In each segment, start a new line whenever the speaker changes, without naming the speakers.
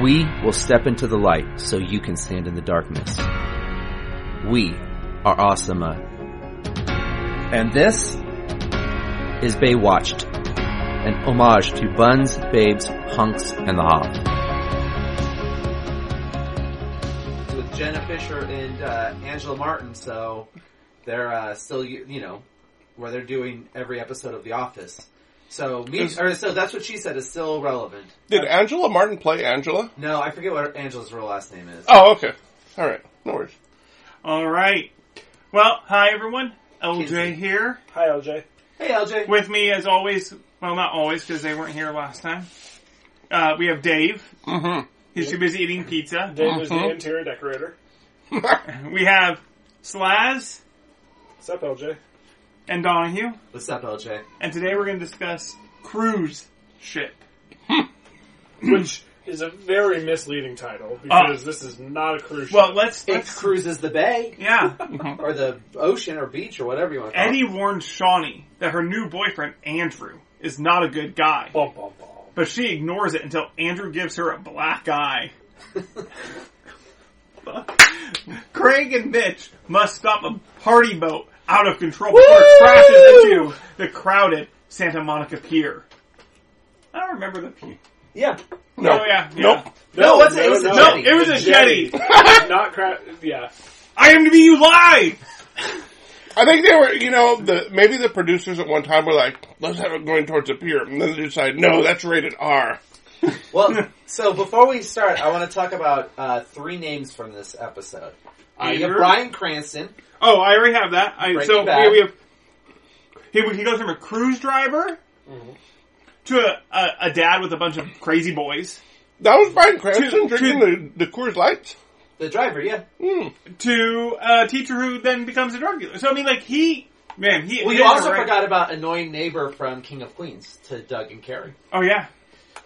We will step into the light so you can stand in the darkness. We are Asama. And this is Baywatched, an homage to Buns, Babes, Hunks, and the Hop. With Jenna Fisher and uh, Angela Martin, so they're uh, still, you you know, where they're doing every episode of The Office. So me,
Is-
or so that's what she said is still relevant.
Did Angela Martin play Angela?
No, I forget what Angela's real last name is.
Oh, okay. All right. No worries.
All right. Well, hi everyone.
Kinsey.
LJ here.
Hi, LJ.
Hey, LJ.
With me as always, well not always because they weren't here last time. Uh, we have Dave.
Mhm.
He's too busy eating pizza.
Dave is
Mm-hmm.
the interior decorator.
We have Slaz
What's up, LJ?
and Donahue.
What's up, LJ?
And today we're going to discuss cruise ship.
Which is a very misleading title because
Uh,
this is not a cruise ship.
Well, let's,
It
let's
cruises the bay
yeah.
or the ocean or beach or whatever you want. to call
Eddie
it.
warned Shawnee that her new boyfriend, Andrew, is not a good guy.
bum, bum, bum.
But she ignores it until Andrew gives her a black eye. Craig and Mitch must stop a party boat out of control before it crashes into the crowded Santa Monica Pier. I don't remember the pier.
Yeah.
No.
Oh yeah, yeah.
Nope.
No, it wasn't. it was
no,
a
no.
No,
jetty.
it was a jetty.
not cra- Yeah.
IMDb, you lied.
I think they were, you know, the maybe the producers at one time were like, let's have it going towards a pier. And then they decided, no, that's rated R.
well, so before we start, I want to talk about uh, three names from this episode. Uh, you have
Andrew?
Brian Cranston.
Oh, I already have that. I,
Breaking
so
Bad.
yeah, we have he, he goes from a cruise driver to a, a, a dad with a bunch of crazy boys
That was Brian Cranston
Two-
drinking the, the Coors Lights.
The driver, yeah.
to a teacher who then becomes a drug dealer. So I mean, like he man, he.
We
he
also
is right-
forgot about annoying neighbor from King of Queens to Doug and Carrie.
Oh yeah,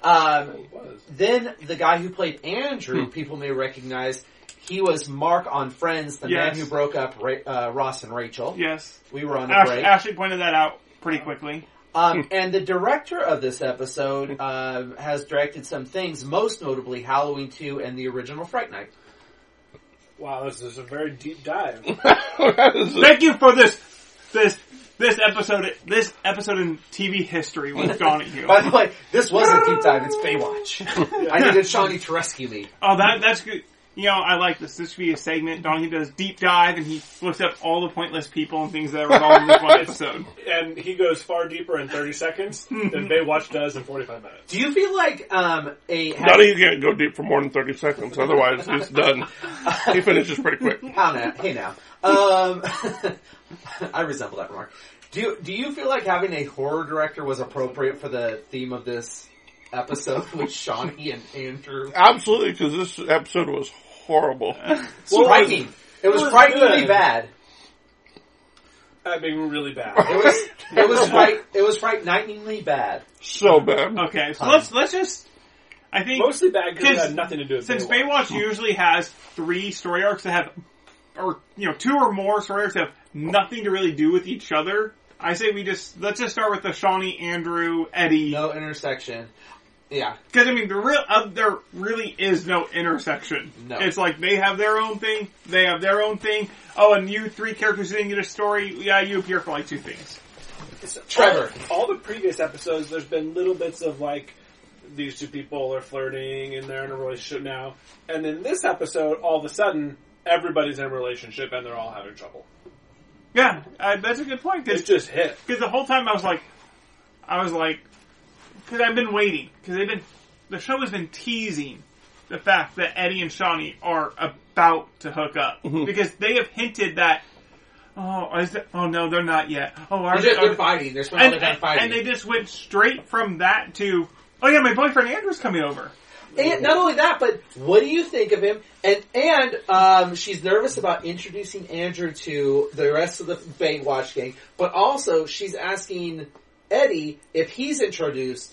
Um,
It was.
then the guy who played
Hmm.
Andrew, people may recognize, he was Mark on Friends, the man
Yes.
who broke up Ra- uh, Ross and Rachel.
yes.
We were on a
Ash,
break.
Ashley pointed that out pretty quickly.
Um, and the director of this episode um, has directed some things, most notably Halloween 2 and the original Fright Night.
Wow, this is a very deep dive.
That is-
Thank you for this this this episode this episode in TV history with Donahue.
By the way, this was a deep dive. It's Baywatch. I needed Shawnee to rescue me.
Oh, that that's good. You know, I like this. This should be a segment. Donnie does deep dive and he looks up all the pointless people and things that are involved in this one episode.
and he goes far deeper in 30 seconds than Baywatch does in 45 minutes.
Do you feel like um, a...
Now you can't go deep for more than 30 seconds, otherwise he's done. He finishes pretty quick.
How now? Hey now. Um, I resemble that remark. Do you, do you feel like having a horror director was appropriate for the theme of this episode with Shawnee and Andrew?
Absolutely, because this episode was horrible.
It's frightening. It was,
was
frighteningly
good.
bad.
That made me really bad.
It was it was fright it was frighteningly bad.
So bad.
Okay, so let's let's just. I think
Mostly bad because it
Since-
had nothing to do with
since
Baywatch.
Baywatch usually has three story arcs that have, or you know, two or more story arcs that have nothing to really do with each other. I say we just let's just start with the Shawnee, Andrew, Eddie.
No intersection. Yeah.
Because I mean, the real uh, there really is no intersection.
No.
It's like they have their own thing, they have their own thing. Oh, and you three characters didn't get a story. Yeah, you appear for like two things.
Trevor.
All, all the previous episodes, there's been little bits of like these two people are flirting and they're in a relationship now, and then this episode, all of a sudden, everybody's in a relationship and they're all having trouble.
Yeah, uh, that's a good point.
It's
Because
just hit.
the whole time I was like, I was like, because I've been waiting because they've been the show has been teasing the fact that Eddie and Shawnee are about to hook up
Mm-hmm.
because they have hinted that. Oh, is it, oh no, they're not yet. Oh, are
They're, just-
are
they're fighting. They're spending
and,
all their time fighting.
and they just went straight from that to, oh yeah, my boyfriend Andrew's coming over.
And not only that, but what do you think of him? And and um, she's nervous about introducing Andrew to the rest of the Baywatch gang, but also she's asking Eddie if he's introduced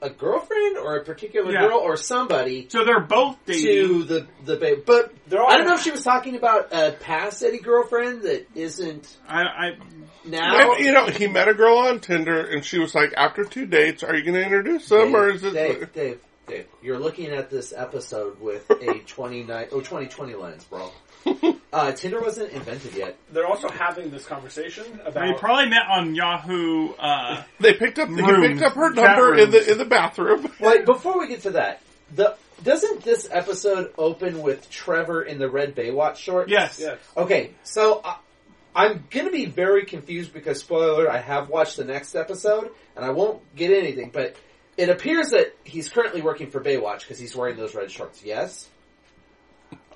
a girlfriend or a particular
Yeah.
girl or somebody
So they're both dating.
to the the Bay. But
They're all-
I don't know if she was talking about a past Eddie girlfriend that isn't
I, I,
now.
And, you know, he met a girl on Tinder, and she was like, after two dates, are you going to introduce them, or is
Dave,
it...
Dave? Dave, you're looking at this episode with a 29 or 2020 lens, bro. Uh, Tinder wasn't invented yet.
They're also having this conversation
They
about
probably met on Yahoo. Uh,
They picked up. He
Room.
picked up her
Chat
number in
rooms.
the in the bathroom.
Wait, before we get to that, the doesn't this episode open with Trevor in the red Baywatch shorts?
yes.
yes.
Okay, so I, I'm going to be very confused because spoiler, I have watched the next episode and I won't get anything, but it appears that he's currently working for Baywatch because he's wearing those red shorts. Yes.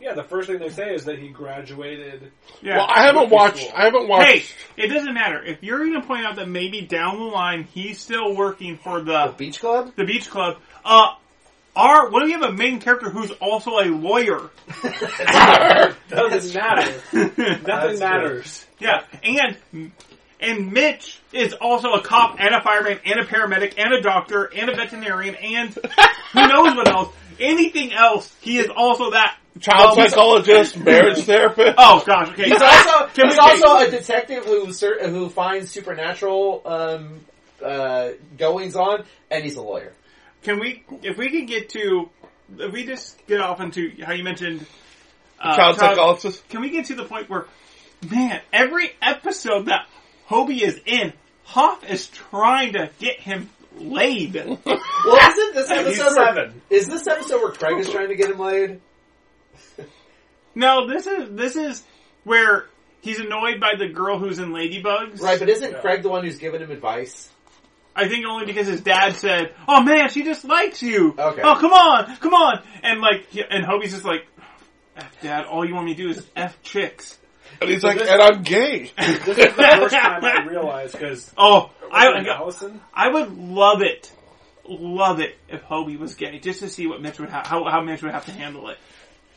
Yeah, the first thing they say is that he graduated.
Yeah.
Well, I haven't
Rookie
watched.
school.
I haven't
Hey,
watched.
it doesn't matter. If you're going to point out that maybe down the line he's still working for the
Beach Club.
the beach club, uh, our what do we have a main character who's also a lawyer?
Doesn't matter. Nothing
That's
matters.
Yeah, and and Mitch is also a cop and a fireman and a paramedic and a doctor and a veterinarian and who knows what else. Anything else, he is also that.
Child
Well, he's-
psychologist, marriage therapist.
Oh gosh, okay.
He's also
Can we-
he's also a detective who ser- who finds supernatural um, uh, goings on, and he's a lawyer.
Can we, if we could get to, if we just get off into how you mentioned uh,
Child psychologist.
Can we get to the point where, man, every episode that Hobie is in, Hoff is trying to get him laid.
Well, isn't this episode where-
seven.
is this episode where Craig is trying to get him laid?
no, this is this is where he's annoyed by the girl who's in Ladybugs.
Right, but isn't
Yeah.
Craig the one who's giving him advice?
I think only because his dad said, "Oh man, she just likes you."
Okay.
Oh come on, come on, and like, he- and Hobie's just like, "F dad, all you want me to do is f chicks."
And he's like,
this-
and I'm gay.
This is the first time I realized because
Oh, I
Allison.
I would love it, love it if Hobie was gay, just to see what Mitch would ha- how how Mitch would have to handle it.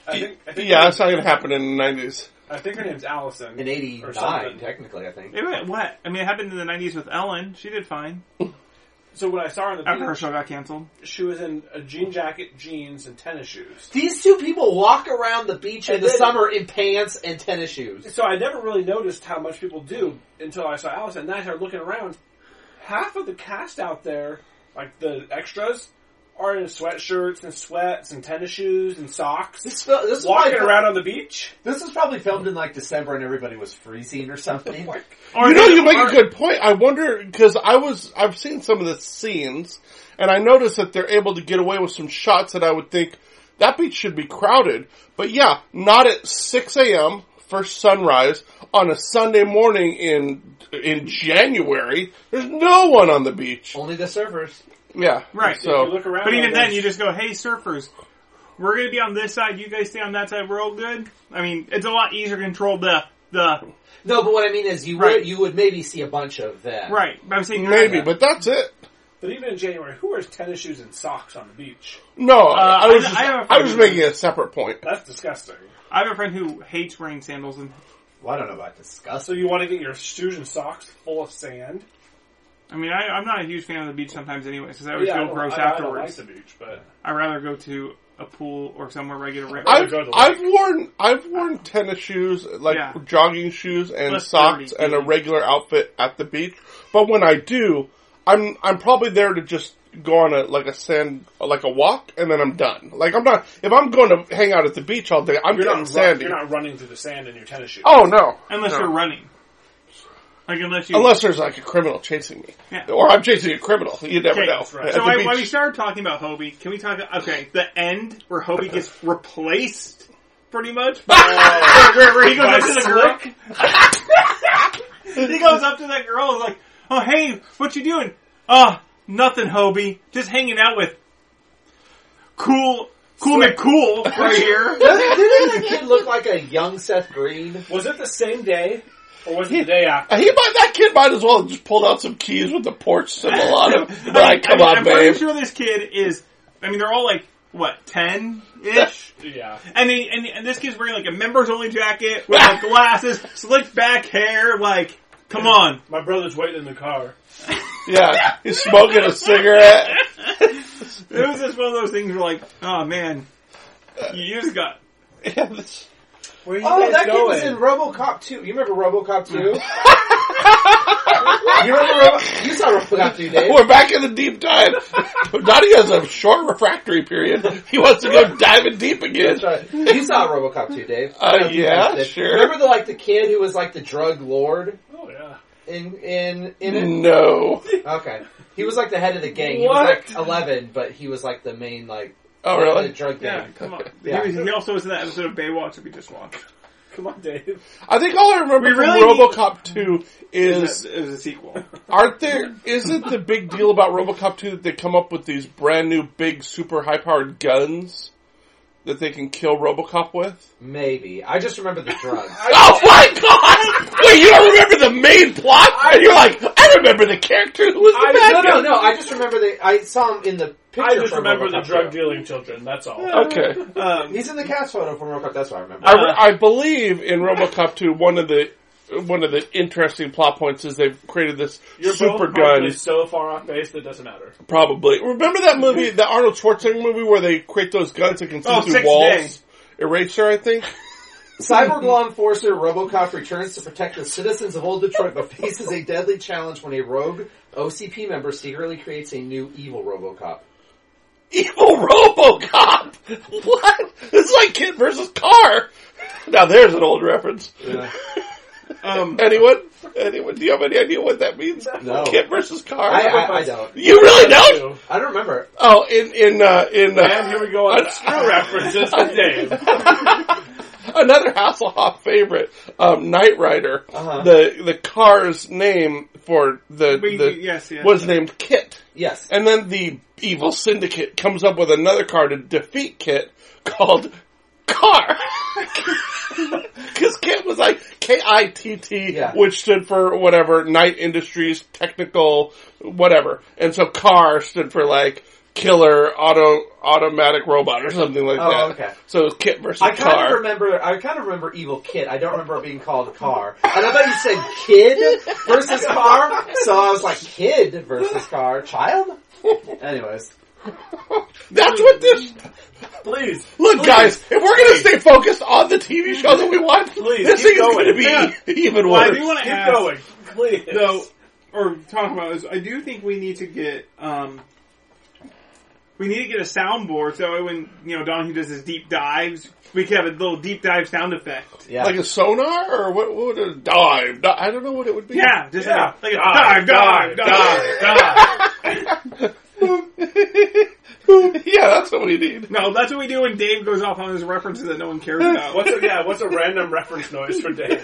I think, I think
yeah, that's not gonna happen in the nineties.
I think her name's Allison.
In
Or
'89,
something.
technically, I think.
It wa- what? I mean, it happened in the '90s with Ellen. She did fine
So when I saw her on
after her
the
show got canceled.
beach, she was in a jean jacket, jeans, and tennis shoes.
These two people walk around the beach in
And
the
then-
summer in pants and tennis shoes.
So I never really noticed how much people do until I saw Allison. And then I started looking around. Half of the cast out there, like the extras, are in sweatshirts and sweats and tennis shoes and socks,
This, fil- this, is
walking
probably-
around on the beach.
this was probably filmed in like December and everybody was freezing or something.
Like,
Or
You know, you make
or-
a good point. I wonder because I was I've seen some of the scenes, and I noticed that they're able to get away with some shots that I would think that beach should be crowded. But yeah, not at six a.m. first sunrise on a Sunday morning in in January. There's no one on the beach.
Only the surfers.
Yeah,
Right.
if you
So
look around,
Oh, But even
on
then,
this-
you just go, "Hey, surfers, we're going to be on this side. You guys stay on that side. We're all good." I mean, it's a lot easier to control the the
No, but what I mean is you
Right.
would, you would maybe see a bunch of them.
right. But I'm saying you're
maybe,
not-
but that's it.
But even in January, who wears tennis shoes and socks on the beach?
No, I was
Uh, I-
just,
I
I,
have a
was
friend-
making a separate point.
That's disgusting.
I have a friend who hates wearing sandals, and
Well, I don't know about disgust.
So you want to get your shoes and socks full of sand?
I mean, I, I'm not a huge fan of the beach sometimes, anyways, because I always
I
feel
don't-
gross
I-
afterwards.
I don't like the beach, but
I'd rather go to a pool or somewhere where I get a rip.
I've,
go to the
I've worn I've worn tennis shoes, like
Yeah.
jogging shoes and
Less
socks,
dirty,
and a
dude.
regular outfit at the beach. But when I do, I'm I'm probably there to just go on a like a sand like a walk, and then I'm done. Like I'm not if I'm going to hang out at the beach all day, I'm
you're
getting
not, run,
sandy.
you're not running through the sand in your tennis shoes.
oh no,
unless
No.
you're running. Like unless you
Unless there's like a criminal chasing me,
Yeah.
or I'm chasing a criminal. You never
Okay,
know.
that's right.
At
So
the
I,
beach.
while we started talking about Hobie, can we talk? Okay, the end where Hobie gets replaced, pretty much. by- where, where he goes
By
up to the girl.
Slick?
he goes up to that girl and is like, "Oh hey, what you doing? Oh nothing, Hobie. Just hanging out with cool, cool McCool right here."
Doesn't, didn't that kid look like a young Seth Green?
Was it the same day, or was it the day after?
he might that kid might as well have just pulled out some keys with the porch symbol on him. Like, come
I,
on,
I'm
babe.
pretty sure this kid is. I mean, they're all like what ten ish.
Yeah.
And, he, and and this kid's wearing like a members only jacket with like glasses, slicked back hair. Like, come on,
My brother's waiting in the car.
Yeah, he's smoking a cigarette.
it was just one of those things where like, oh man, you just got
Yeah, this-
Where are you
Oh,
guys
that kid
going?
was in RoboCop 2. You remember RoboCop 2? you remember Robo- You saw RoboCop 2, Dave.
We're back in the deep dive. Donnie has a short refractory period. He wants to go diving deep again.
That's right. You saw RoboCop 2, Dave.
Uh,
No, you
yeah,
guys did.
sure.
Remember the like the kid who was like the drug lord
oh yeah.
in in in it?
No.
Okay, he was like the head of the gang. He was like eleven, but he was like the main like
Oh,
the
really?
drug
Yeah,
gang.
come on.
Yeah.
He, was, he also was in that episode of Baywatch that we just watched.
Come on, Dave.
I think all I remember
We
from
really need-
RoboCop 2
It
is
was, it was a sequel.
Aren't there? Isn't the big deal about RoboCop two that they come up with these brand new, big, super high powered guns that they can kill RoboCop with?
Maybe I just remember the drugs.
Oh my god! Wait, you don't remember the main plot? And you're like, I remember the character who was the
I-
bad
no, no,
guy.
no. I just remember the. I saw him in the picture.
I just
from
remember the
RoboCop
drug
2.
dealing children. That's all.
Okay,
Um,
He's in the cast photo from RoboCop. That's what I remember.
I, re- I believe in RoboCop two. One of the one of the interesting plot points is they've created this
You're
super
both probably
gun.
so far off base that it doesn't matter.
Probably remember that movie, the Arnold Schwarzenegger movie where they create those guns that can see
Oh,
through
Six
walls.
Days.
Eraser, I think.
Cyborg law enforcer RoboCop returns to protect the citizens of Old Detroit, but faces a deadly challenge when a rogue OCP member secretly creates a new evil RoboCop.
Evil RoboCop. What? This is like Kid versus Car. Now there's an old reference.
um,
Anyone? Anyone? Do you have any idea what that means?
No.
Kid versus Car.
I, I, I don't.
you really don't?
Two.
I don't remember.
Oh, in in uh, in
And
uh,
here we go on obscure references to Dave.
another Hasselhoff favorite, um, Knight Rider.
Uh-huh.
The the car's name for the,
We-
the
yes, yes.
was named Kit.
Yes.
And then the evil syndicate comes up with another card to defeat Kit called Car. Because Kit was like K I T T,
Yeah.
which stood for whatever, Knight Industries, Technical, whatever. And so Car stood for like killer auto automatic robot or something like
Oh,
that.
okay.
So it was Kit versus
I kind of
Car.
remember. I kind of remember Evil Kid. I don't remember it being called Car. And I thought you said Kid versus Car, so I was like Kid versus Car, child. Anyways,
That's what this
Please.
Look,
Please.
guys, if we're going to stay focused on the TV show that we watch,
Please,
this
keep
thing is going to
going.
be
Yeah.
even
Well, I
worse.
do want to
Keep
ask,
going. Please.
though, or talk about this. I do think we need to get um, we need to get a soundboard so when you know Donahue does his deep dives, we could have a little deep dive sound effect.
yeah.
Like a sonar or what? What would a dive? di- I don't know what it would be.
Yeah, just
Yeah. "Ah,
Like, ah, a, like a dive, dive, dive.
God.
yeah, that's what we need.
No, that's what we do when Dave goes off on his references that no one cares about.
What's a, yeah, what's a random reference noise for Dave?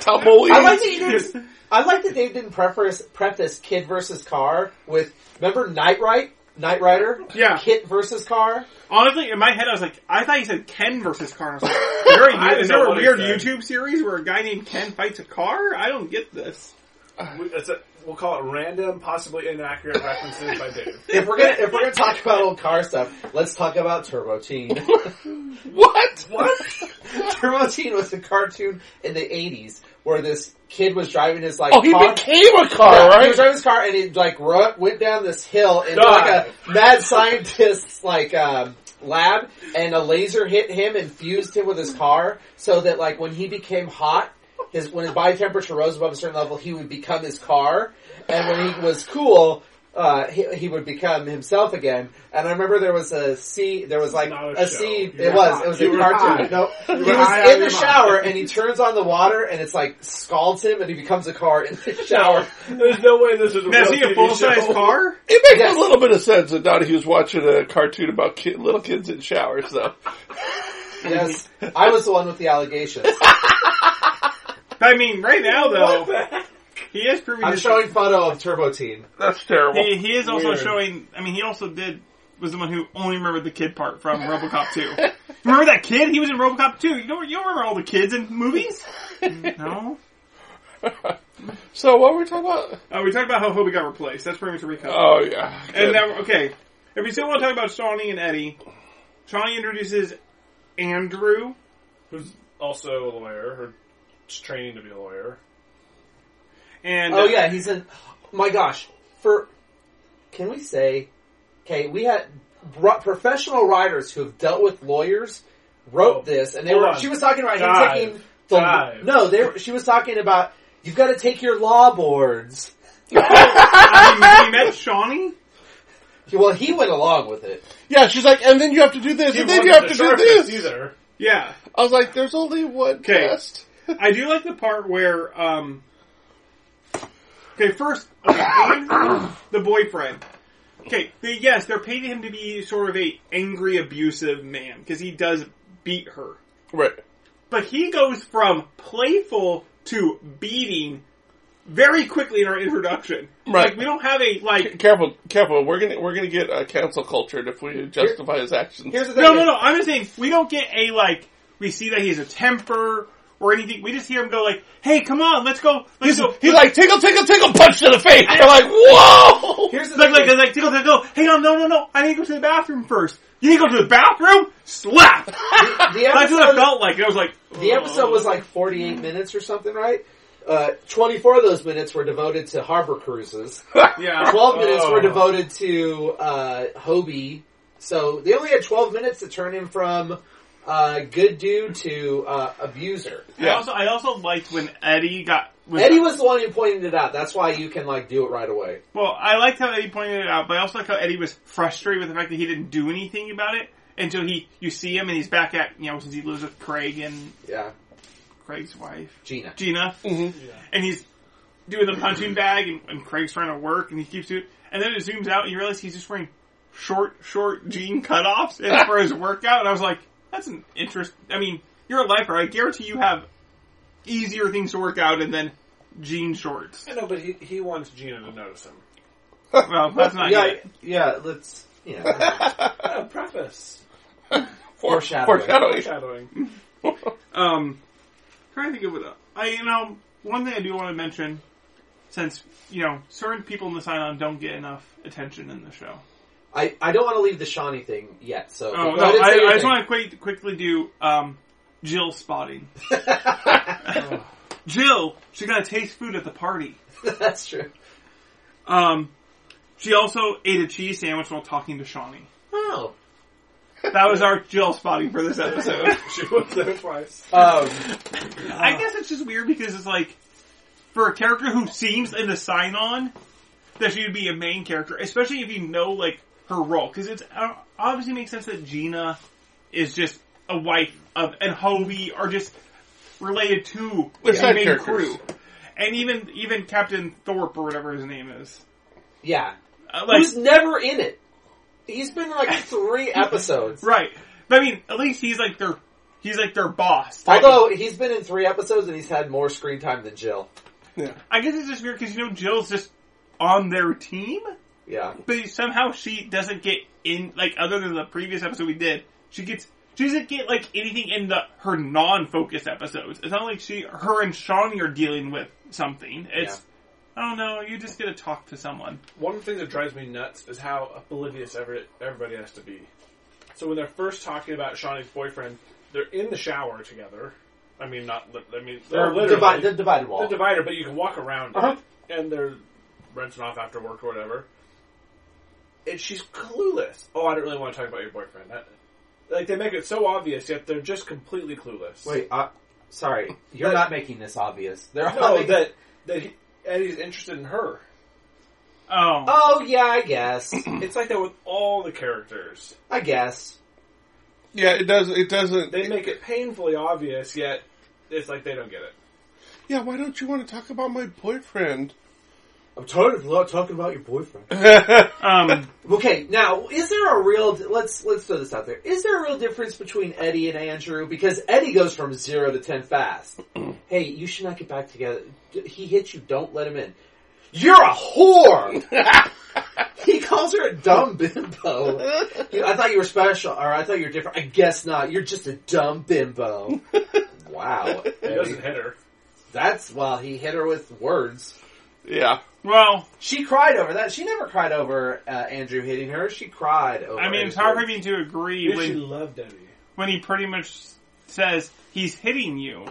Tumbleweed.
I like that you didn't. I like that Dave didn't preface preface Kid versus Car with remember Knight Ride, Knight Rider,
Yeah.
Kid versus Car.
Honestly, in my head, I was like, I thought he said Ken versus car. And I was like, is there
I
a, is
know
there a
what he
weird
said.
YouTube series where a guy named Ken fights a car? I don't get this.
We, it's a, we'll call it random, possibly inaccurate references by Dave.
If we're gonna if we're gonna talk about old car stuff, let's talk about Turbo Teen.
what?
what? Turbo Teen was a cartoon in the '80s where this kid was driving his like
Oh, he
car.
became a car,
Yeah, He
right?
was driving his car and he like ru- went down this hill into
God.
like a mad scientist's like um, lab, and a laser hit him and fused him with his car, so that like when he became hot, his when his body temperature rose above a certain level, he would become his car, and when he was cool. Uh, he, he would become himself again, and I remember there was a scene. There was like
Not
a,
a show.
scene.
You
It
were
was.
high.
It was
You
a
were high.
cartoon. No,
were
he
high
was
out
in the
of your
shower, and he turns on the water, and it's like scalds him, and he becomes a car in the shower.
There's no way this is a
Now, is
real
he a
TV
full size
show.
car?
It makes
Yes.
a little bit of sense that Donahue's watching a cartoon about kid, little kids in showers, though.
Yes, I was the one with the allegations.
I mean, right now
What
though,
the heck?
he is proving.
I'm
his-
showing photo of Turbo Teen.
That's terrible.
He, he is also
Weird.
showing. I mean, he also did was the one who only remembered the kid part from RoboCop 2. remember that kid? He was in RoboCop 2. You don't you don't remember all the kids in movies? No.
So what were we talking about?
Uh, we talked about how Hobie got replaced. That's pretty much a recap.
Oh yeah,
And
Good.
now, okay, if we still want to talk about Shawnee and Eddie, Shawnee introduces Andrew.
Who's also a lawyer, or just training to be a lawyer.
And uh,
Oh yeah, he's in. My gosh, for can we say? Okay, we had bro- professional writers who have dealt with lawyers. wrote this, and they
Hold
were.
on.
She was talking about
Dive.
him taking the
Dive.
no. They were, she was talking about you've got to take your law boards.
I mean, he met Shawnee.
Well, he went along with it.
Yeah, she's like, and then you have to do this,
He
and then you
wasn't
have
the
to do
sharpest
this.
either.
Yeah,
I was like, there's only one
'Kay.
test.
I do like the part where, um, okay, first, okay, and the boyfriend. Okay, they, yes, they're painting him to be sort of a angry, abusive man because he does beat her,
Right.
but he goes from playful to beating very quickly in our introduction.
Right.
like we don't have a like.
Careful, careful. We're gonna we're gonna get uh, cancel cultured if we justify his actions.
Here's the thing.
No, no, no. I'm just saying we don't get a like. We see that he has a temper or anything. We just hear him go like, "Hey, come on, let's go, let's
he's,
go."
he's like tickle, tickle, tickle, punch to the face. You're like, whoa.
Here's the
Like,
thing.
like, like, tickle, tickle. Hang on, no, no, no. I need to go to the bathroom first. You need to go to the bathroom? Slap!
the
That's what
episode-
it felt like. And I was like,
The episode
"Oh."
was like 48 minutes or something, right? Uh, 24 of those minutes were devoted to harbor cruises.
"Oh, yeah.
12 minutes were
Oh.
devoted to uh, Hobie. So they only had 12 minutes to turn him from uh, good dude to uh, abuser.
I also, I also liked when Eddie got. Was,
Eddie was the one who pointed it out. That's why you can like do it right away.
Well, I liked how Eddie pointed it out, but I also like how Eddie was frustrated with the fact that he didn't do anything about it until he, you see him and he's back at, you know, since he lives with Craig and
Yeah,
Craig's wife,
Gina.
Gina,
Yeah.
and he's doing the punching bag and, and Craig's trying to work and he keeps doing, and then it zooms out and you realize he's just wearing short, short jean cutoffs and for his workout and I was like, that's an interest, I mean, you're a lifer, I guarantee you have easier things to work out and then jean shorts.
I know, but he, he wants Gina to notice him.
Well, that's not
Yeah,
it.
yeah. Let's yeah.
Uh, preface.
Foreshadowing.
Foreshadowing.
Shadowing.
Um, trying to think of it. I you know one thing I do want to mention, since you know certain people in this island don't get enough attention in the show.
I, I don't want to leave the Shawnee thing yet. So
Oh
Go
no,
ahead and say
I,
your
I just
thing.
want to quick, quickly do um, Jill spotting. Jill, she got to taste food at the party.
That's true.
Um, she also ate a cheese sandwich while talking to Shawnee.
Oh.
That was our Jill spotting for this episode.
she was there twice.
Um,
Uh.
I guess it's just weird because it's like for a character who seems in the sign on that she would be a main character, especially if you know like her role, because it's uh, obviously makes sense that Gina is just a wife of and Hobie are just related to
They're
the
side
main
characters.
crew, and even even Captain Thorpe or whatever his name is,
yeah.
uh, like
Who's never in it? He's been in like three episodes.
right. But I mean, at least he's like their he's like their boss. type of
Although he's been in three episodes and he's had more screen time than Jill.
I guess it's just weird because you know Jill's just on their team.
Yeah.
but somehow she doesn't get in like other than the previous episode we did she gets she doesn't get like anything in the her non-focused episodes it's not like she her and shawnee are dealing with something it's i don't know you just get to talk to someone
One thing that drives me nuts is how oblivious every, everybody has to be. So when they're first talking about Shawnee's boyfriend, they're in the shower together. I mean, not. Li- I mean, they're literally
Divide, the divided
the
wall.
divider, but you can walk around
Uh-huh.
it, and they're rinsing off after work or whatever. And she's clueless. Oh, I don't really want to talk about your boyfriend. That- like they make it so obvious, yet they're just completely clueless.
Wait, uh, sorry. You're not making this obvious. They're all
no,
making-
that that he, Eddie's interested in her.
oh
Oh, yeah, I guess.
It's like that with all the characters.
I guess.
Yeah, it does. It doesn't.
They make it painfully obvious, yet it's like they don't get it.
yeah, why don't you want to talk about my boyfriend?
I'm tired of not talking about your boyfriend.
um
Okay, now is there a real? Let's let's throw this out there. Is there a real difference between Eddie and Andrew? Because Eddie goes from zero to ten fast. hey, you should not get back together. D- He hits you. Don't let him in. You're a whore. he calls her a dumb bimbo. You- I thought you were special, or I thought you were different. I guess not. You're just a dumb bimbo. wow,
He
Eddie.
doesn't hit her.
that's well. He hit her with words.
yeah,
well
She cried over that. She never cried over uh, Andrew hitting her. She cried over.
i mean
his
it's hard
words.
for me to agree
If she
when,
loved Eddie.
when he pretty much says he's hitting you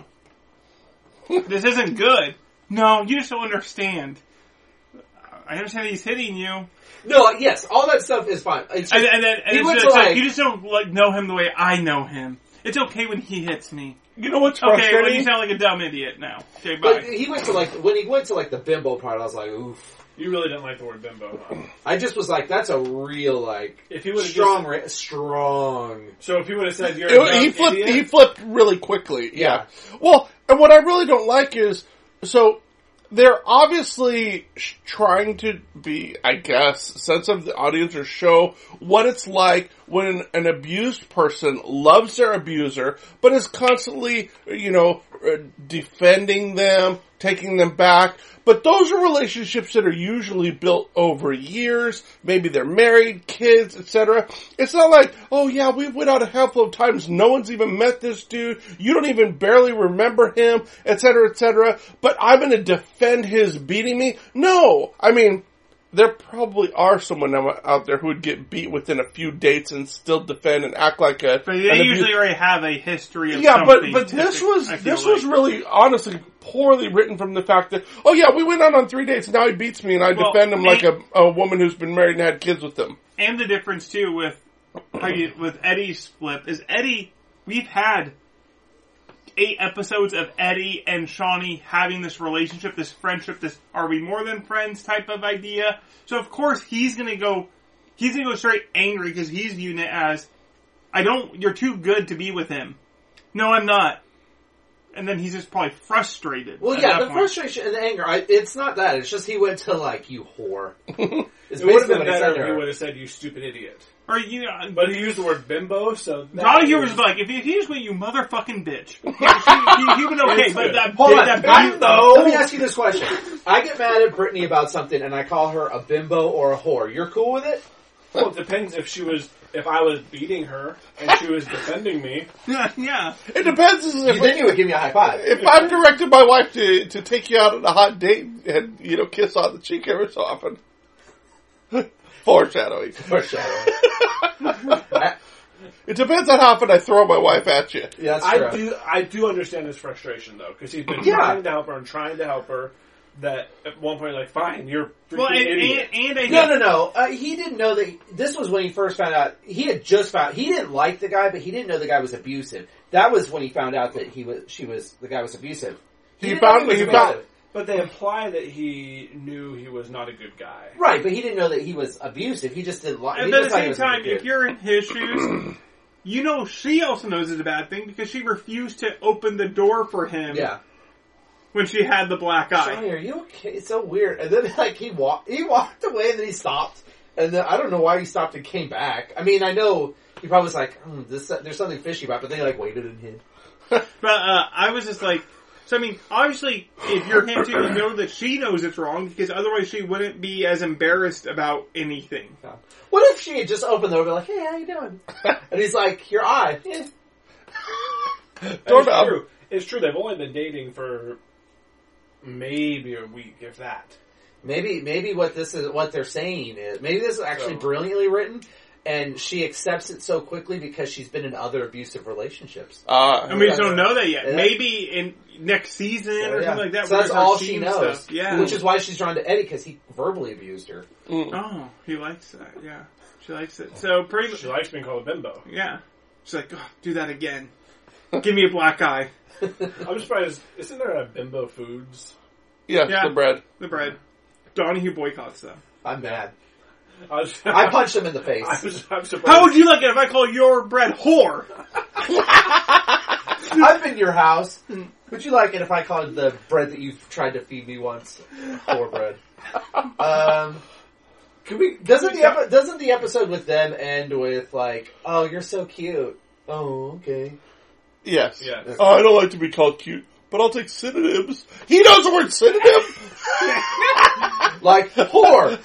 this isn't good no you just don't understand i understand he's hitting you
No, yes, all that stuff is fine. It's
And,
just,
and then and
He
it's
went
just
to,
like,
like-
you just don't like know him the way I know him. It's okay when he hits me.
You know what's
Okay, well, you
frustrating?
sound like a dumb idiot now. Okay,
But
bye.
he went to like when he went to like the bimbo part. I was like, oof.
You really didn't like the word bimbo, huh?
I just was like, that's a real like
If he would have
strong, ra- strong.
so if he would have said you're a
It-
dumb
he flipped.
idiot,
He flipped really quickly. Yeah. Well, and what I really don't like is so they're obviously sh- trying to be, I guess, sense of the audience or show what it's like when an, an abused person loves their abuser, but is constantly, you know, uh, defending them, taking them back. But those are relationships that are usually built over years. Maybe they're married, kids, etc. It's not like, oh yeah, we went out a handful of times. No one's even met this dude. You don't even barely remember him, etc., etc. But I'm going to defend his beating me. No, I mean, there probably are someone out out there who would get beat within a few dates and still defend and act like a.
But
an
they
abuse-
usually already have a history of
yeah, but
something
but this
typical,
was
I feel
this was
like.
really honestly poorly written from the fact that oh yeah we went out on three dates now he beats me and I
Well,
defend him like
and-
a, a woman who's been married and had kids with him.
and the difference too with how you- with Eddie's flip is Eddie. We've had eight episodes of Eddie and Shawnee having this relationship, this friendship, this "are we more than friends" type of idea. So of course he's gonna go, he's gonna go straight angry because he's viewing it as, "I don't, you're too good to be with him." No, I'm not. And then he's just probably frustrated.
Well,
at
yeah,
that
the
point.
frustration and the anger. I, it's not that. It's just he went to like you whore. It's
it would have
basically what
been
he said
better
to
if he would
her.
have said you stupid idiot.
Or you know,
But he used the word bimbo, so that
Donahue was
is-
like, if, if he just went, you motherfucking bitch. He, he, he would okay, but that,
Hold on,
that
I-
bitch,
Let me ask you this question: I get mad at Brittany about something, and I call her a bimbo or a whore. You're cool with it?
Well, it depends if she was if I was beating her and she was defending me.
Yeah, yeah.
It depends as if
You then you would give me a high five.
if I've directed my wife to, to take you out on a hot date and you know kiss on the cheek every so often. Foreshadowing.
For sure. I-
It depends on how often I throw my wife at you.
yeah, that's
I
true.
do I do understand his frustration though because he's been
Yeah.
trying to help her and trying to help her. That at one point like fine you're a freaking
Well, and,
idiot.
and, and I
No, no, no. Uh, he didn't know that. This was when he first found out. He had just found. He didn't like the guy, but he didn't know the guy was abusive. That was when he found out that he was. She was. The guy was abusive.
He
didn't know
found- he found-
abusive.
but they imply that he knew he was not a good guy.
Right, but he didn't know that he was abusive. He just didn't like.
And
he
at
just
the
thought he
same
was
time,
a
if
dick.
you're in his shoes, you know she also knows it's a bad thing because she refused to open the door for him
yeah,
when she had the black eye.
Johnny, are you okay? It's so weird. And then like he walked, he walked away, and then he stopped, and then I don't know why he stopped and came back. I mean, I know he probably was like, hmm, this, there's something fishy about, it, but they like waited and hid.
But uh, I was just like, so I mean, obviously, if you're him too, you know that she knows it's wrong because otherwise she wouldn't be as embarrassed about anything.
Yeah. What if she had just opened the door and be like, hey, how you doing? and he's like, your eye. Eh.
It's
Doorbell.
true. It's true. They've only been dating for maybe a week, if that.
Maybe, maybe what this is, what they're saying is, maybe this is actually
So-
brilliantly written, and she accepts it so quickly because she's been in other abusive relationships.
Uh,
And we just don't know that yet.
Yeah.
Maybe in next season or
Oh, Yeah.
something like that.
so
we're
that's
gonna
all
see
she
some
knows.
Stuff. Yeah.
Which is why she's drawn to Eddie because he verbally abused her.
mm,
oh, he likes that. Yeah, she likes it. So pretty much,
She likes being called a bimbo.
yeah. She's like, oh, do that again. Give me a black eye.
I'm surprised. Isn't there a bimbo foods?
Yes,
Yeah.
the bread.
The bread. Donahue boycotts though.
I'm mad.
I was,
I punched him in the face.
I'm, I'm surprised.
How would you like it if I call your bread whore?
I've been to your house. Would you like it if I called the bread that you tried to feed me once? Poor bread. Um,
Can we?
doesn't
can we
the epi- doesn't the episode with them end with like, "Oh, you're so cute." Oh, okay.
Yes.
Yeah.
Oh, I don't like to be called cute, but I'll take synonyms. He knows the word synonym.
Like whore.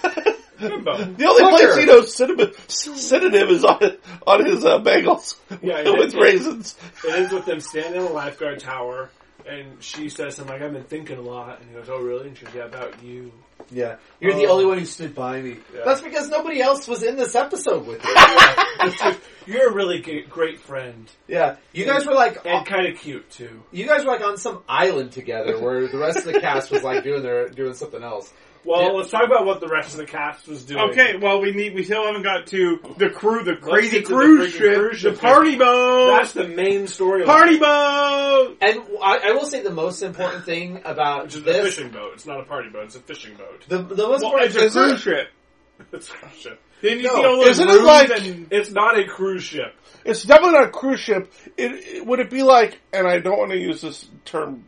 bimbo?
The only
Fucker.
place he knows cinnamon, synonym is on on his uh, bagels
Yeah, it
with
is.
raisins.
It ends with them standing in a lifeguard tower, and she says something like, "I've been thinking a lot," and he goes, "Oh, really?" And she goes, "Yeah, about you."
Yeah, you're the
Oh.
only one who stood by me.
Yeah.
That's because nobody else was in this episode with you.
It's just, You're a really g- great friend
yeah, you guys were like,
Oh.
and kind of cute too.
you guys were like on some island together where the rest of the cast was like doing their doing something else.
Well,
Yeah.
let's talk about what the rest of the cast was doing.
Okay, well we need we still haven't got to the crew, the crazy
get to the
cruise,
freaking
ship,
cruise ship.
the party boat,
that's the main story.
party boat.
And I, I will say the most important thing about
which is a
this.
fishing boat. It's not a party boat. It's a fishing boat.
The, the most
Well,
important
it's a
thing
cruise ship.
It's a cruise ship.
Then you
No,
see all those
isn't it
rooms
like-
and
It's not a cruise ship.
It's definitely not a cruise ship. It, it- would it be like, and I don't want to use this term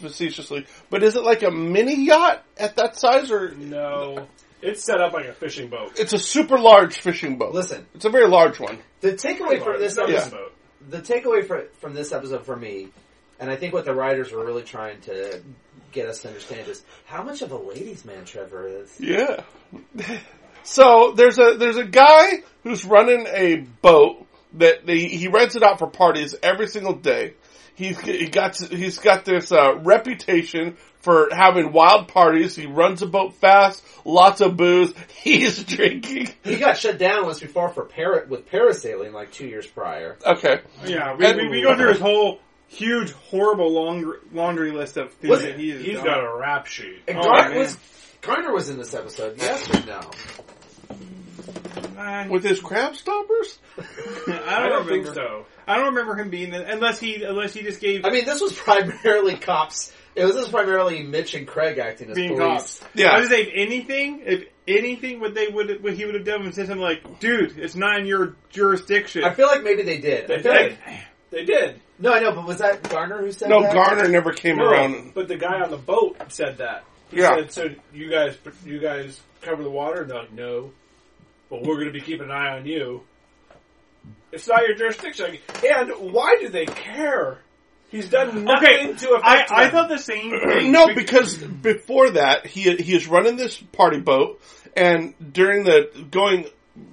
facetiously, but is it like a mini yacht at that size, or
No, it's set up like a fishing boat.
it's a super large fishing boat?
Listen.
it's a very large one.
the takeaway from this
It's not a
episode,
Yeah.
boat.
the takeaway for, from this episode for me, and I think what the writers were really trying to get us to understand is how much of a ladies' man Trevor is.
Yeah. So there's a there's a guy who's running a boat that they, he rents it out for parties every single day. He's he got he's got this uh, reputation for having wild parties. He runs a boat fast, lots of booze. He's drinking.
He got shut down once before for para, with parasailing like two years prior.
Okay.
yeah, we, we, we go through his whole huge horrible laundry, laundry list of things
Was-
that he has
He's
done.
got a rap sheet.
And
Oh,
Gar-
man.
was Garner was in this episode, yes or no?
I,
With his crab stoppers?
I
I
don't, remember.
don't think so.
I don't remember him being in, unless he unless he just gave
I mean, this was primarily cops. It was, this was primarily Mitch and Craig acting as
being
police.
cops.
Yeah.
I would say if anything, if anything, what they would what he would have done was said something like, "Dude, it's not in your jurisdiction."
I feel like maybe they did. I
They
feel
did.
like,
They did.
no, I know, but was that Garner who said
No,
that?
Garner never came
No,
around.
but the guy on the boat said that. He
Yeah.
said, so you guys, you guys cover the water? And they're like, no. But we're going to be keeping an eye on you. It's not your jurisdiction. And why do they care? He's done nothing
okay,
to
I,
affect
I
them.
thought the same thing.
No, because before that, he he is running this party boat, and during the going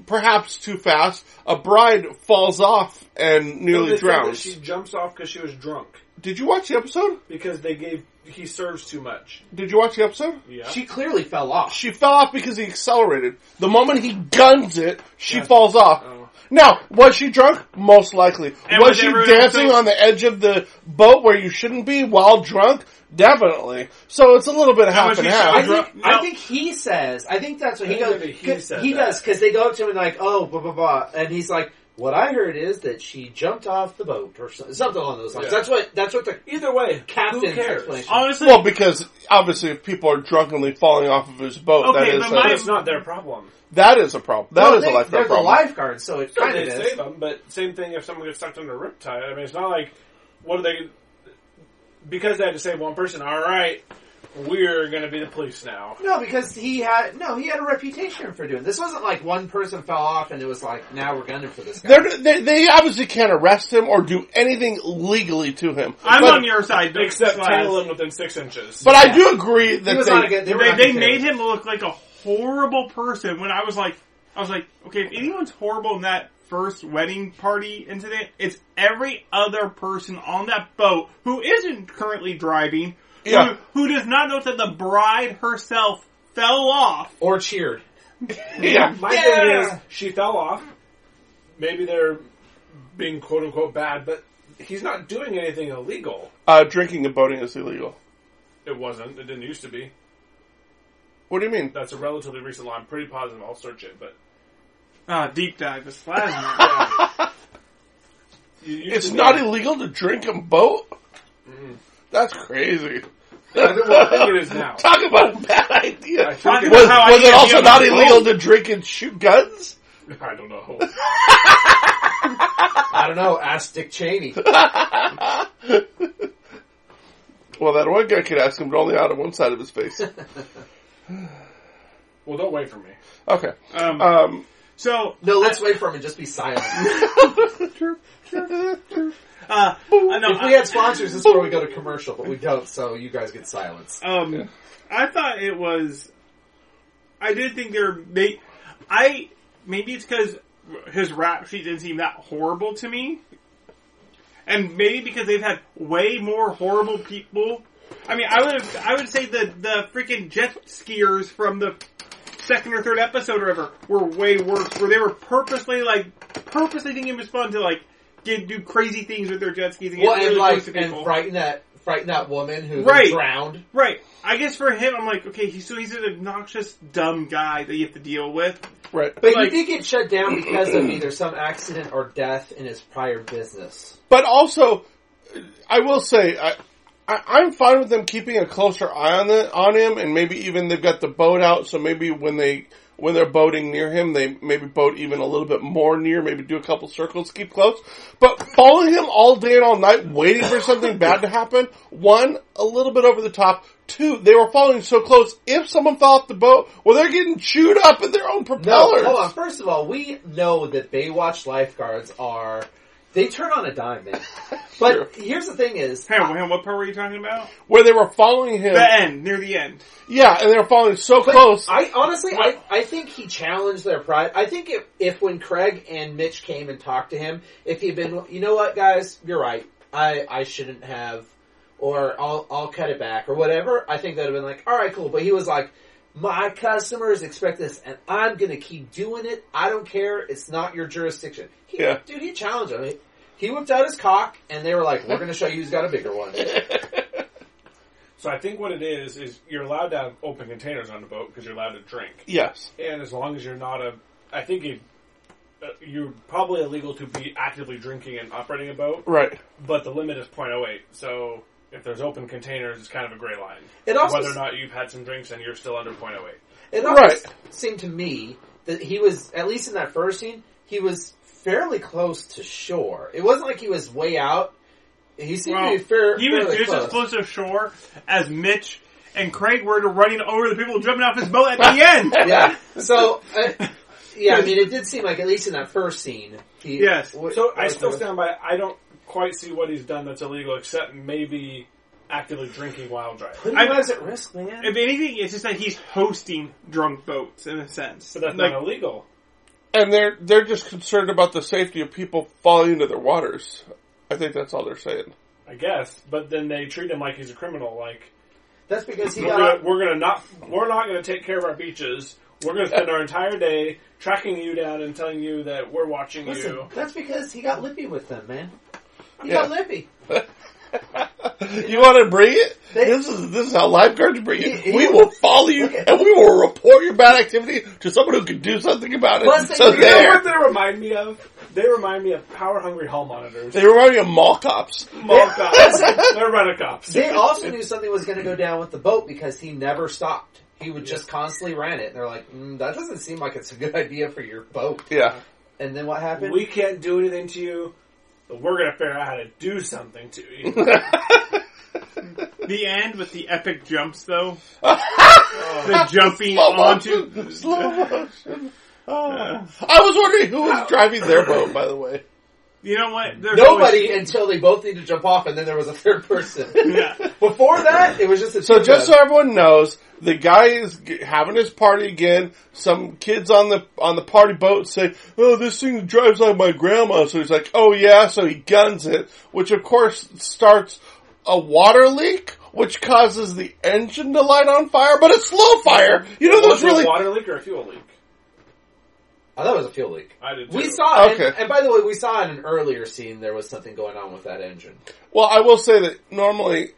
perhaps too fast, a bride falls off and
They
nearly
said that
drowns.
She jumps off because she was drunk.
Did you watch the episode?
Because they gave, he serves too much.
Did you watch the episode?
Yeah.
She clearly fell off.
She fell off because he accelerated. The moment he guns it, she falls off.
Oh.
Now, was she drunk? Most likely.
And
was
was
she
everyone
dancing
else-
on the edge of the boat where you shouldn't be while drunk? Definitely. So it's a little bit half
was
and
she
half.
I
sober?
think,
No.
I think he says. I think that's what
I
he
think
goes.
maybe he
He,
said
he
that.
does because they go up to him and like, oh, blah blah blah, and he's like, "What I heard is that she jumped off the boat or so- something along those lines."
Yeah.
That's what. That's what the
Either way, who
captain's
cares?
explanation.
honestly,
Well, because obviously, if people are drunkenly falling off of his boat,
Okay,
that is
but
a,
my-
But it's not their problem.
that is a problem. That
Well,
is
they,
a lifeguard
they're
problem.
the lifeguards, so it
So
kind
they
of
save
is.
them, but same thing if someone gets sucked under a riptide. I mean, it's not like what are they? Because they had to save one person. All right, we're going to be the police now.
No, because he had no, he had a reputation for doing this. Wasn't like one person fell off and it was like now we're gunning for this guy.
They're- they they obviously can't arrest him or do anything legally to him.
I'm
but,
on your side. don't
Except
slide.
tail him within six inches.
But I do agree
he
that
was
they,
not a good. They, were
They,
not
they
good
made
sailors.
him look like a horrible person. When I was like, I was like, okay, if anyone's horrible in that first wedding party incident, it's every other person on that boat who isn't currently driving, who-
Yeah.
who, does not know that the bride herself fell off.
or cheered.
yeah.
My
Yeah.
thing is, she fell off. Maybe they're being quote unquote bad, but he's not doing anything illegal.
Uh, drinking and boating is illegal.
It wasn't. It didn't used to be.
What do you mean?
That's a relatively recent law. I'm pretty positive. I'll search it, but
Ah, deep dive. This last one.
yeah. You used
It's
to
not
be-
illegal to drink and boat. That's crazy.
I think it is now.
Talk about a bad idea.
I
Was,
think
it
was
is how I
it
feel
also
about
not
boat.
illegal to drink and shoot guns?
I don't know.
I don't know. Ask Dick Cheney.
Well, that one guy could ask him, but only out of one side of his face.
Well, don't wait for me.
Okay.
Um,
Um,
so
No, let's wait for him and just be silent.
Uh, I know,
If we
I-
had sponsors, this is where we go to commercial, but we don't, so you guys get silence.
um, I thought it was. I did think there. They, I maybe it's because his rap sheet didn't seem that horrible to me, and maybe because they've had way more horrible people. I mean, I would have, I would say the the freaking jet skiers from the second or third episode or ever were way worse, where they were purposely like purposely thinking it was fun to like get do crazy things with their jet skis and get
Well,
really
and like,
close to
and
people.
frighten that right? That woman who
Right.
drowned.
Right. I guess for him, I'm like, okay, he's so he's an obnoxious, dumb guy that you have to deal with.
Right.
But
Like-
he did get shut down because of either some accident or death in his prior business.
But also, I will say, I, I, I'm fine with them keeping a closer eye on the, on him, and maybe even they've got the boat out, so maybe when they when they're boating near him, they maybe boat even a little bit more near, maybe do a couple circles, keep close. But following him all day and all night, waiting for something bad to happen, one, a little bit over the top. Two, they were following so close. If someone fell off the boat, well, they're getting chewed up in their own
No,
propellers.
hold on. First of all, we know that Baywatch lifeguards are they turn on a dime, man. But here's the thing: is
Hang on, hang on, what part were you talking about?
Where they were following him,
The end, near the end.
yeah, and they were following so
But
close.
I honestly, I, I think he challenged their pride. I think if, if when Craig and Mitch came and talked to him, if he'd been, you know what, guys, you're right. I, I shouldn't have, or I'll, I'll cut it back or whatever. I think that'd have been like, all right, cool. But he was like, my customers expect this and I'm going to keep doing it. I don't care. It's not your jurisdiction. He,
Yeah.
Dude, he challenged him. He, he whipped out his cock and they were like, we're going to show you who's got a bigger one.
So I think what it is is you're allowed to have open containers on the boat because you're allowed to drink,
yes.
and as long as you're not a, I think you, uh, you're probably illegal to be actively drinking and operating a boat,
Right.
but the limit is .08. So if there's open containers, it's kind of a gray line.
It also
Whether or not you've had some drinks and you're still under .08.
It
Right.
always seemed to me that he was, at least in that first scene, he was fairly close to shore. It wasn't like he was way out. He seemed
Well,
to be fair,
Oh. he was
fairly
just as
close.
close to shore as Mitch and Craig were to running over the people jumping off his boat at the end.
Yeah. So, uh, yeah, I mean, it did seem like at least in that first scene. He,
Yes.
w-
So I
was
still
close.
stand by. I don't quite see what he's done that's illegal, except maybe actively drinking while driving.
Putting
I-
lives at risk, man.
If anything, it's just that he's hosting drunk boats in a sense.
But that's
like,
not illegal.
and they're they're just concerned about the safety of people falling into their waters. I think that's all they're saying.
I guess, but then they treat him like he's a criminal. Like
That's because he
we're, gonna,
got.
we're gonna not, we're not gonna take care of our beaches. We're gonna spend our entire day tracking you down and telling you that we're watching
Listen,
you.
that's because he got lippy with them, man. He
Yeah.
got lippy.
you want to bring it?
They-
this is this is how lifeguards bring it.
He- he-
we will follow you
Okay.
and we will report your bad activity to someone who can do something about it.
Plus they-
so
you know
You know
there,
what they remind me of? They remind me of power hungry hall monitors.
they remind me of mall cops.
Mall cops. They're rent cops.
They also knew something was going to go down with the boat because he never stopped. He would just constantly ran it. And they're like, mm, that doesn't seem like it's a good idea for your boat.
Yeah,
And then what happened?
We can't do anything to you, but we're gonna figure out how to do something to you.
the end with the epic jumps though. the jumping
Oh.
slow
onto
motion. Slow motion. Oh. I was wondering who was driving their boat. By the way,
You know what? There's
Nobody until they both need to jump off, and then there was a third person.
always- yeah.
Before that, it was just a
So
two-man.
just so everyone knows, the guy is g- having his party again. Some kids on the on the party boat say, "Oh, this thing drives like my grandma." So he's like, "Oh yeah," so he guns it, which of course starts a water leak, which causes the engine to light on fire, but it's slow fire. You know
Was
those
it
really
a water leak or a fuel leak?
I thought it Oh, was a fuel leak.
I did. Too.
We saw it, and,
Okay.
and by the way, we saw in an earlier scene there was something going on with that engine.
well. I will say that normally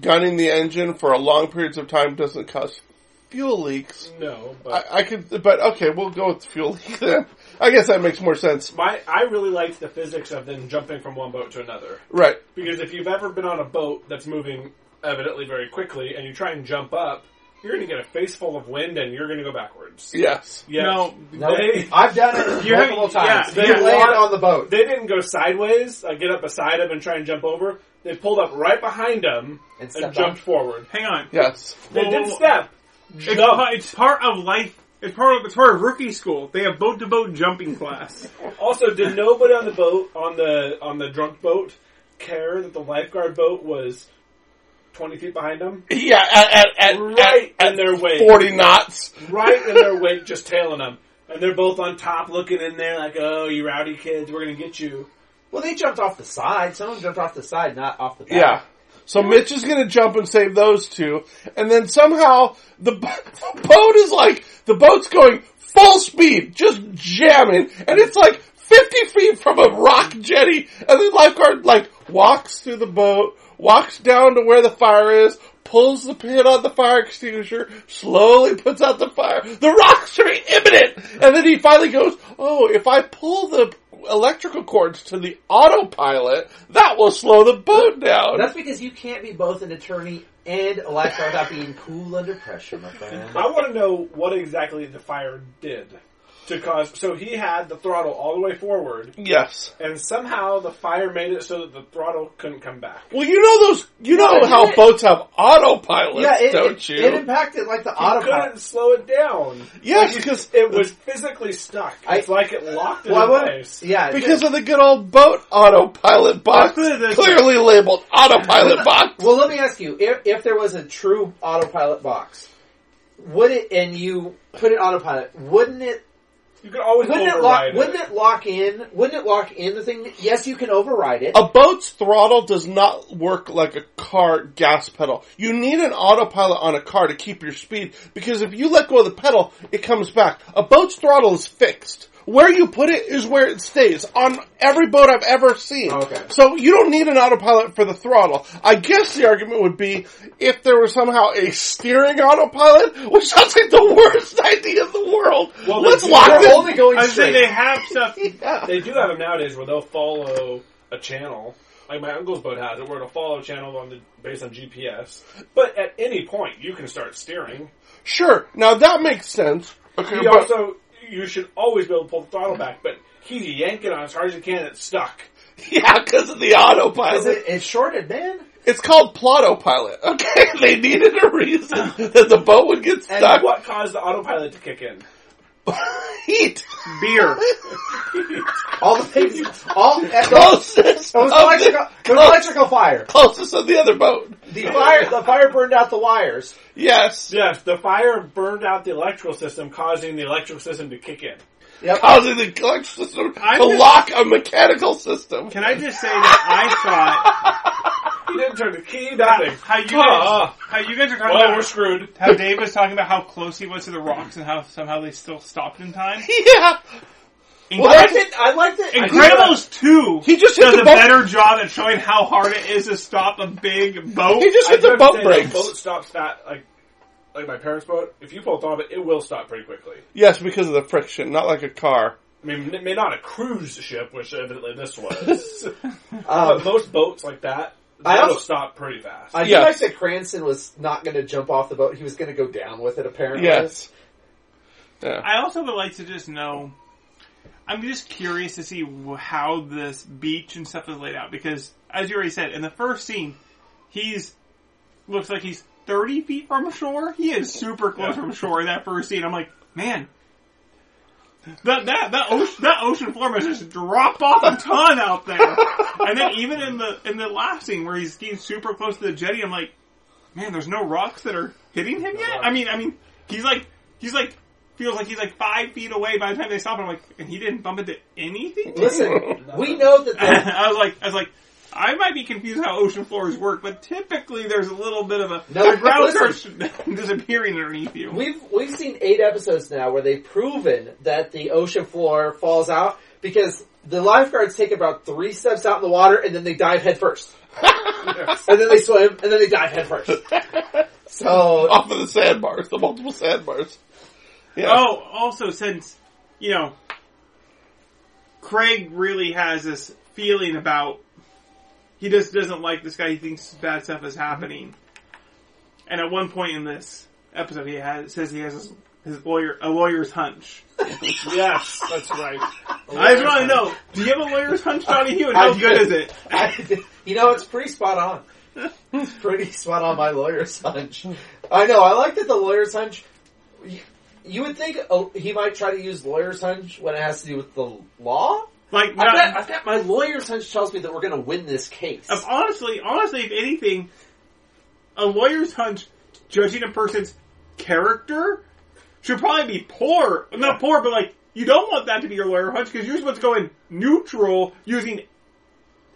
gunning the engine for a long periods of time doesn't cause fuel leaks.
No, but
I, I could, but okay, we'll go with fuel leak then. I guess that makes more sense.
my I really liked the physics of them jumping from one boat to another.
Right.
Because if you've ever been on a boat that's moving evidently very quickly and you try and jump up, you're going to get a face full of wind and you're going to go backwards.
Yes.
Yes.
No.
No,
They-
I've done it
You haven't-
multiple times.
yeah,
they
yeah.
land on the boat.
They didn't go sideways, like get up beside him and try and jump over. They pulled up right behind him
And
and,
stepped
jumped
on.
forward.
Hang on.
Yes.
They
Whoa,
did
whoa,
step.
It's,
Jump.
pa- it's part of life. It's part of it's part of rookie school. They have boat to boat jumping class.
Also, did nobody on the boat on the on the drunk boat care that the lifeguard boat was twenty feet behind them,
Yeah, at, at, at,
right
at,
in their way?
at 40 knots.
right in their wake, just tailing them. And they're both on top looking in there like, oh, you rowdy kids, we're going to get you.
Well, they jumped off the side. Someone jumped off the side, not off the back.
Yeah. So Mitch is going to jump and save those two. And then somehow the, bo- the boat is like, the boat's going full speed, just jamming. And it's like 50 feet from a rock jetty. And the lifeguard like walks through the boat, walks down to where the fire is, pulls the pin on the fire extinguisher, slowly puts out the fire. The rocks are imminent! And then he finally goes, oh, if I pull the electrical cords to the autopilot, that will slow the boat down.
That's because you can't be both an attorney and a lifeguard without being cool under pressure, my friend.
I want to know what exactly the fire did to cause. So he had the throttle all the way forward,
yes.
and somehow the fire made it so that the throttle couldn't come back.
Well, you know those. You
No,
know
it
how
did.
boats have autopilots,
Yeah, it,
don't
it,
you?
it impacted like the autopilot.
Couldn't slow it down.
yes, because
It was physically stuck.
I-
It's like it locked it
Well, I
in
wouldn't-
place.
yeah, it
because
did.
of the good old boat autopilot box,
put it this
clearly labeled autopilot box.
well, let me ask you: if, if there was a true autopilot box, would it? And you put it autopilot, wouldn't it?
You could always
Wouldn't it lock?
override it.
Wouldn't it lock in? Wouldn't it lock in the thing? Yes, you can override it.
A boat's throttle does not work like a car gas pedal. You need an autopilot on a car to keep your speed because if you let go of the pedal, it comes back. A boat's throttle is fixed. Where you put it is where it stays on every boat I've ever seen.
Okay.
So you don't need an autopilot for the throttle. I guess the argument would be if there was somehow a steering autopilot, which sounds like the worst idea in the world.
Well,
Let's
then-
lock
We're
this.
only going
I
straight.
think they have stuff.
Yeah.
They do have them nowadays where they'll follow a channel. Like my uncle's boat has it, where it'll follow a channel on the based on GPS. But at any point, you can start steering.
Sure. Now that makes sense. Okay.
He
but-
also, you should always be able to pull the throttle back, but he's yanking on as hard as he can. It's stuck.
yeah, because of the autopilot.
Is it, it's shorted, man.
It's called Pilot. Okay, they needed a reason that the boat would get
And
stuck.
What caused the autopilot to kick in?
Heat.
Beer.
All the things, all it was
Closest. of
electrical,
the,
it was electrical fire.
closest of the other boat.
The fire, the fire burned out the wires.
Yes.
Yes, the fire burned out the electrical system, causing the electrical system to kick in.
Yep.
Causing the electrical system
I'm
to
just-
lock a mechanical system.
Can I just say that
He didn't turn the key,
I
nothing.
thought how you guys,
Ah.
how you guys are talking
Well, we're
about
screwed.
how Dave was talking about how close he was to the rocks and how somehow they still stopped in time.
yeah. Well,
I
that's
liked it. I liked it.
Incredibles two
He just hit
does
the
a
boat.
better job at showing how hard it is to stop a big boat.
He just
I
hit the
don't
boat
say
brakes.
The boat stops that like like my parents' boat. If you pull it off, it will stop pretty quickly.
Yes, because of the friction, not like a car.
I mean, it may not a cruise ship, which evidently this was,
Um,
but most boats like that,
I
that'll
also-
stop pretty fast.
I do
Yes.
like that Cranston was not going to jump off the boat. He was going to go down with it, apparently.
Yes. Yeah.
I also would like to just know. I'm just curious to see wh- how this beach and stuff is laid out because, as you already said, in the first scene, he's looks like he's 30 feet from shore. He is super close
Yeah.
from shore in that first scene. I'm like, man, that that that ocean that ocean floor must just drop off a ton out there. and then even in the in the last scene where he's getting super close to the jetty, I'm like, man, there's no rocks that are hitting him yet. I mean, I mean, he's like, he's like, feels like he's like five feet away by the time they stop. And I'm like, and he didn't bump into anything.
Listen, we know that the,
I was like, I was like, I might be confused how ocean floors work, but typically there's a little bit of a
No,
the ground starts
listen.
disappearing underneath you.
we've we've seen eight episodes now where they've proven that the ocean floor falls out because the lifeguards take about three steps out in the water and then they dive head first, and then they swim and then they dive head first. So
Off of the sandbars, the multiple sandbars. Yeah.
Oh, also since you know, Craig really has this feeling about he just doesn't like this guy. He thinks bad stuff is happening. And at one point in this episode, he has says he has his, his lawyer a lawyer's hunch.
yes, that's right.
I just want to know: Do you have a lawyer's hunch, Johnny Hugh? And how
I
good
do.
is it?
I, you know it's pretty spot on. It's pretty spot on my lawyer's hunch. I know. I like that the lawyer's hunch. You, you would think oh, he might try to use lawyer's hunch when it has to do with the law. Um,
Like,
I
not-
bet, I bet my lawyer's hunch tells me that we're going to win this case.
If honestly, honestly, if anything, a lawyer's hunch judging a person's character should probably be poor. Not poor, but like you don't want that to be your lawyer hunch because you're supposed to go in neutral using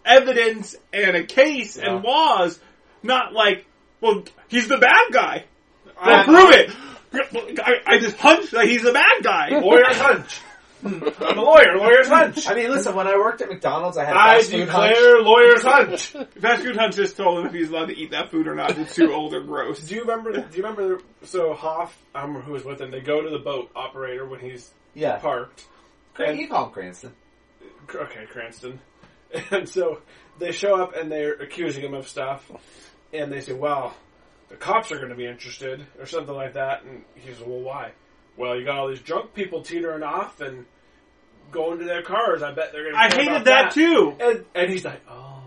evidence and a case and laws, not like, well, he's the bad guy. Well, prove it. I, I just hunch that he's the bad guy.
Warrior hunch. I'm a lawyer. Lawyer's hunch.
I mean, listen. When I worked at McDonald's, I had a
I
fast food hunch.
declare lawyer's hunch.
Fast food hunch just told him if he's allowed to eat that food or not. It's too old or gross.
Do you remember? Do you remember? So Hoff, I remember who was with him. They go to the boat operator when he's
Yeah,
parked.
Cra-
And-
you call him Cranston.
okay, Cranston. And so they show up and they're accusing him of stuff, and they say, "Well, the cops are going to be interested," or something like that. And he says, "Well, why?" Well, you got all these drunk people teetering off and going to their cars. I bet they're going to.
I hated that too.
And and he's like, "Oh,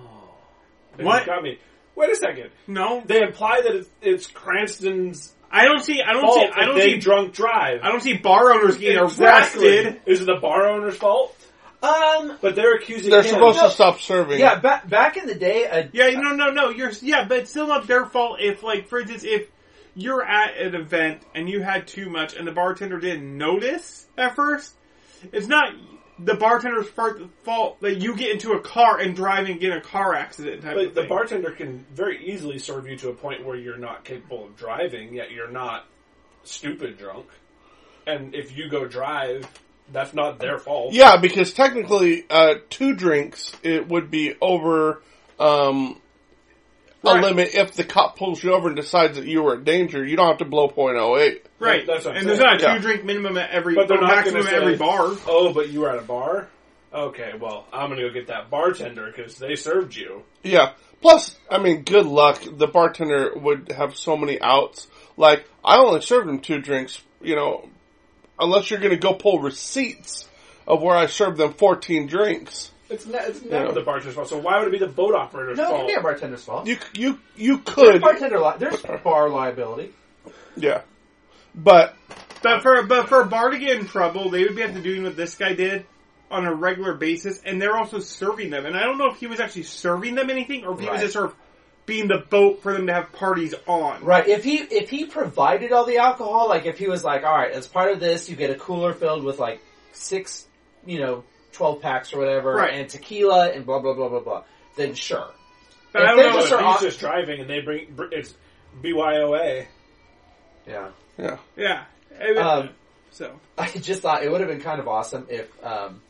They
What?
got me?" Wait a second.
No,
They imply that it's, it's Cranston's
I don't see. I don't
fault
see. I
if
don't
they
see.
drunk drive.
I don't see bar owners getting
Exactly.
arrested.
Is it the bar owner's fault?
Um,
But they're accusing
They're
him.
supposed
No.
to stop serving.
yeah, back back in the day, a,
Yeah, no, no, no. You're yeah, but it's still not their fault if, like, for instance, if you're at an event and you had too much and the bartender didn't notice at first, it's not the bartender's fart- fault that you get into a car and drive and get in a car accident. Type of
But the
thing.
bartender can very easily serve you to a point where you're not capable of driving, yet you're not stupid drunk. And if you go drive, that's not their fault.
Yeah, because technically, uh, two drinks it would be over um,
Right.
a limit if the cop pulls you over and decides that you were in danger. You don't have to blow point oh eight.
right?
That's what I'm
and there's
saying.
not a two
Yeah.
drink minimum at every
But they're
or
not
maximum
gonna
at every
say-
bar.
Oh, but you were at a bar? Okay, well, I'm gonna go get that bartender because they served you.
Yeah. Plus, I mean, good luck. The bartender would have so many outs. Like, I only served him two drinks. You know, unless you're going to go pull receipts of where I served them fourteen drinks.
It's not, it's not
Yeah.
the bartender's fault. So why would it be the boat operator's
no, it
fault?
can be a bartender's fault.
You you you
There's
could
bartender li- there's bar liability.
yeah, but
But for but for a bar to get in trouble, they would be have to doing what this guy did on a regular basis, and they're also serving them. And I don't know if he was actually serving them anything, or if he
Right.
was just sort of being the boat for them to have parties on.
Right. If he if he provided all the alcohol, like if he was like, all right, as part of this, you get a cooler filled with like six, you know, twelve packs or whatever,
Right.
and tequila and blah blah blah blah blah. Then sure.
But
If
I
they
don't know.
No,
just
Oh, if
are
he's
off-
just driving and they bring, br- it's BYOA.
Yeah.
yeah.
yeah. And-
Um,
so
I just thought it would have been kind of awesome if um,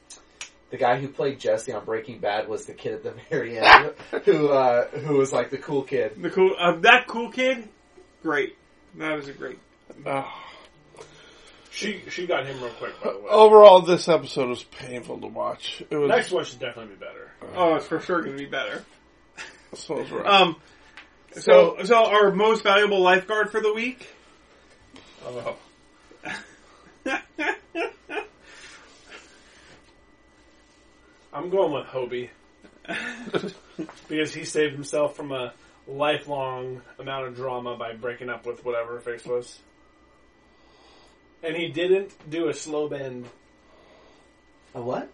the guy who played Jesse on Breaking Bad was the kid at the very end who uh, who was like the cool kid.
the cool uh, that cool kid, great. That was a great.
Ah.
She, she got him real quick, by the way.
Overall, this episode was painful to watch. It was
Next one should definitely be better.
Oh, it's for sure going to be better.
this one Uh, was rough.
Um. So, so our most valuable lifeguard for the week.
Oh. I'm going with Hobie. because he saved himself from a lifelong amount of drama by breaking up with whatever her face was. And he didn't do a slow bend.
A what?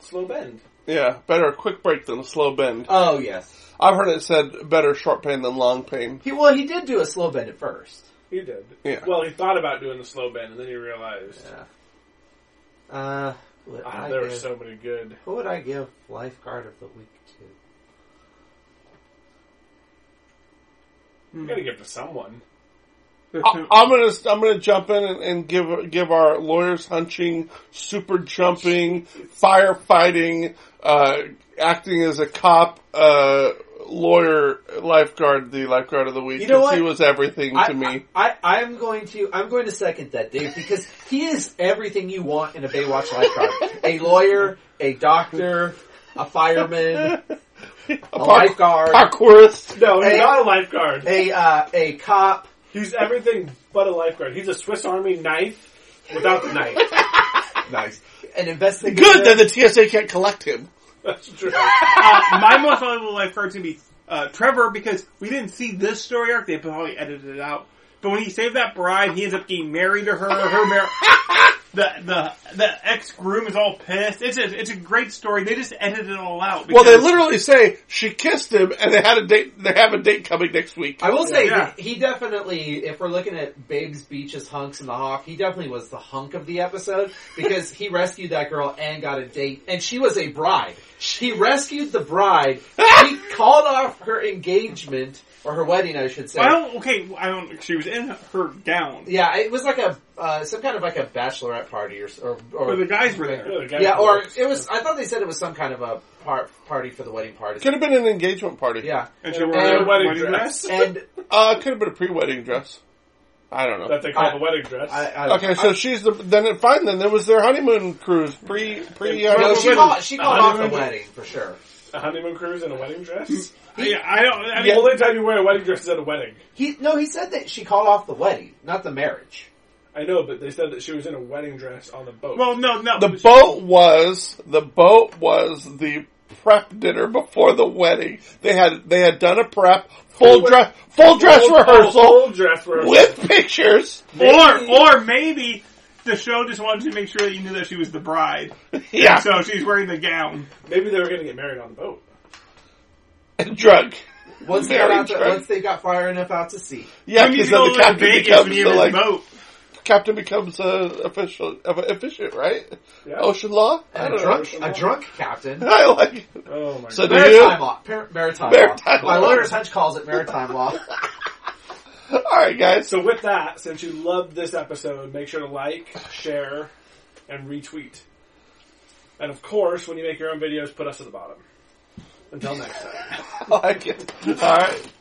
Slow bend.
yeah, better a quick break than a slow bend.
Oh yes.
I've heard it said better short pain than long pain.
He well he did do a slow bend at first.
He did.
Yeah.
Well, he thought about doing the slow bend and then he realized
Yeah. Uh, what
ah,
I
there were
give-
so many good.
Who would I give lifeguard of the week to?
You gotta give it to someone.
I, I'm gonna I'm gonna jump in and, and give give our lawyers hunching, super jumping, firefighting, uh, acting as a cop, uh, lawyer, lifeguard, the lifeguard of the week.
You know
'cause He
what?
was everything
I,
to me.
I, I, am going to I'm going to second that, Dave, because he is everything you want in a Baywatch lifeguard: a lawyer, a doctor, a fireman, a lifeguard,
parkourist.
No, he's
Hey.
not a lifeguard.
a uh, a cop.
He's everything but a lifeguard. He's a Swiss Army knife without the knife.
Nice. An investigator.
Good that the TSA can't collect him.
That's true.
uh, my most valuable lifeguard's gonna be uh, Trevor because we didn't see this story arc. They probably edited it out. But when he saved that bride, he ends up getting married to her. Her mar- the the the ex groom is all pissed. It's a it's a great story. They just edited it all out.
Well, they
because-
literally say she kissed him, and they had a date. They have a date coming next week.
I will say
Yeah.
he he definitely, if we're looking at Biggs, Beaches, Hunks, and the Hawk, he definitely was the hunk of the episode because he rescued that girl and got a date, and she was a bride. She rescued the bride. he called off her engagement or her wedding, I should say.
I don't okay. I don't. She was in her gown.
Yeah, it was like a uh, some kind of like a bachelorette party or or, or
But the guys were there.
Oh, the guy
yeah,
who
or
works.
it was. I thought they said it was some kind of a par- party for the wedding party.
Could have been an engagement party.
Yeah,
And she wore
And
a
a
wedding
wedding,
dress.
dress.
and
Uh, could have been a pre-wedding dress. I don't know.
that they call
I-
the wedding dress.
I, I,
Okay, so she's the then fine. Then there was their honeymoon cruise pre pre.
I,
Uh,
no, she
wedding.
called, she called off the
Honeymoon.
wedding for sure.
a honeymoon cruise and a wedding dress.
Yeah, I don't. I mean,
The only time you wear a wedding dress is at a wedding.
He no, he said that she called off the wedding, not the marriage.
I know, but they said that she was in a wedding dress on the boat.
well, no, no.
the boat was the boat was the prep dinner before the wedding. They had they had done a prep full dress full dress
Full-
rehearsal
full Oh, dress rehearsal.
with pictures.
or or maybe the show just wanted to make sure that you knew that she was the bride,
Yeah,
so she's wearing the gown.
Maybe they were going to get married on the boat.
and drug.
Once they, got
Marriage,
out to,
right?
once they got far enough out to sea,
Yeah,
you need
because
to
then
go
the
to like
captain
Vegas when
becomes
you
the,
have a
like
boat.
captain becomes uh, official uh, efficient, right?
Yeah.
Ocean law. I
and a
don't know.
drunk, a drunk captain.
I like. it.
Oh my
So
god.
do you?
Maritime law. Par- maritime,
Maritime
law. My
law.
lawyer's hunch calls it maritime law.
All right, guys.
So with that, since you loved this episode, make sure to like, share, and retweet. And of course, when you make your own videos, put us at the bottom. Until next time.
I like it. All right.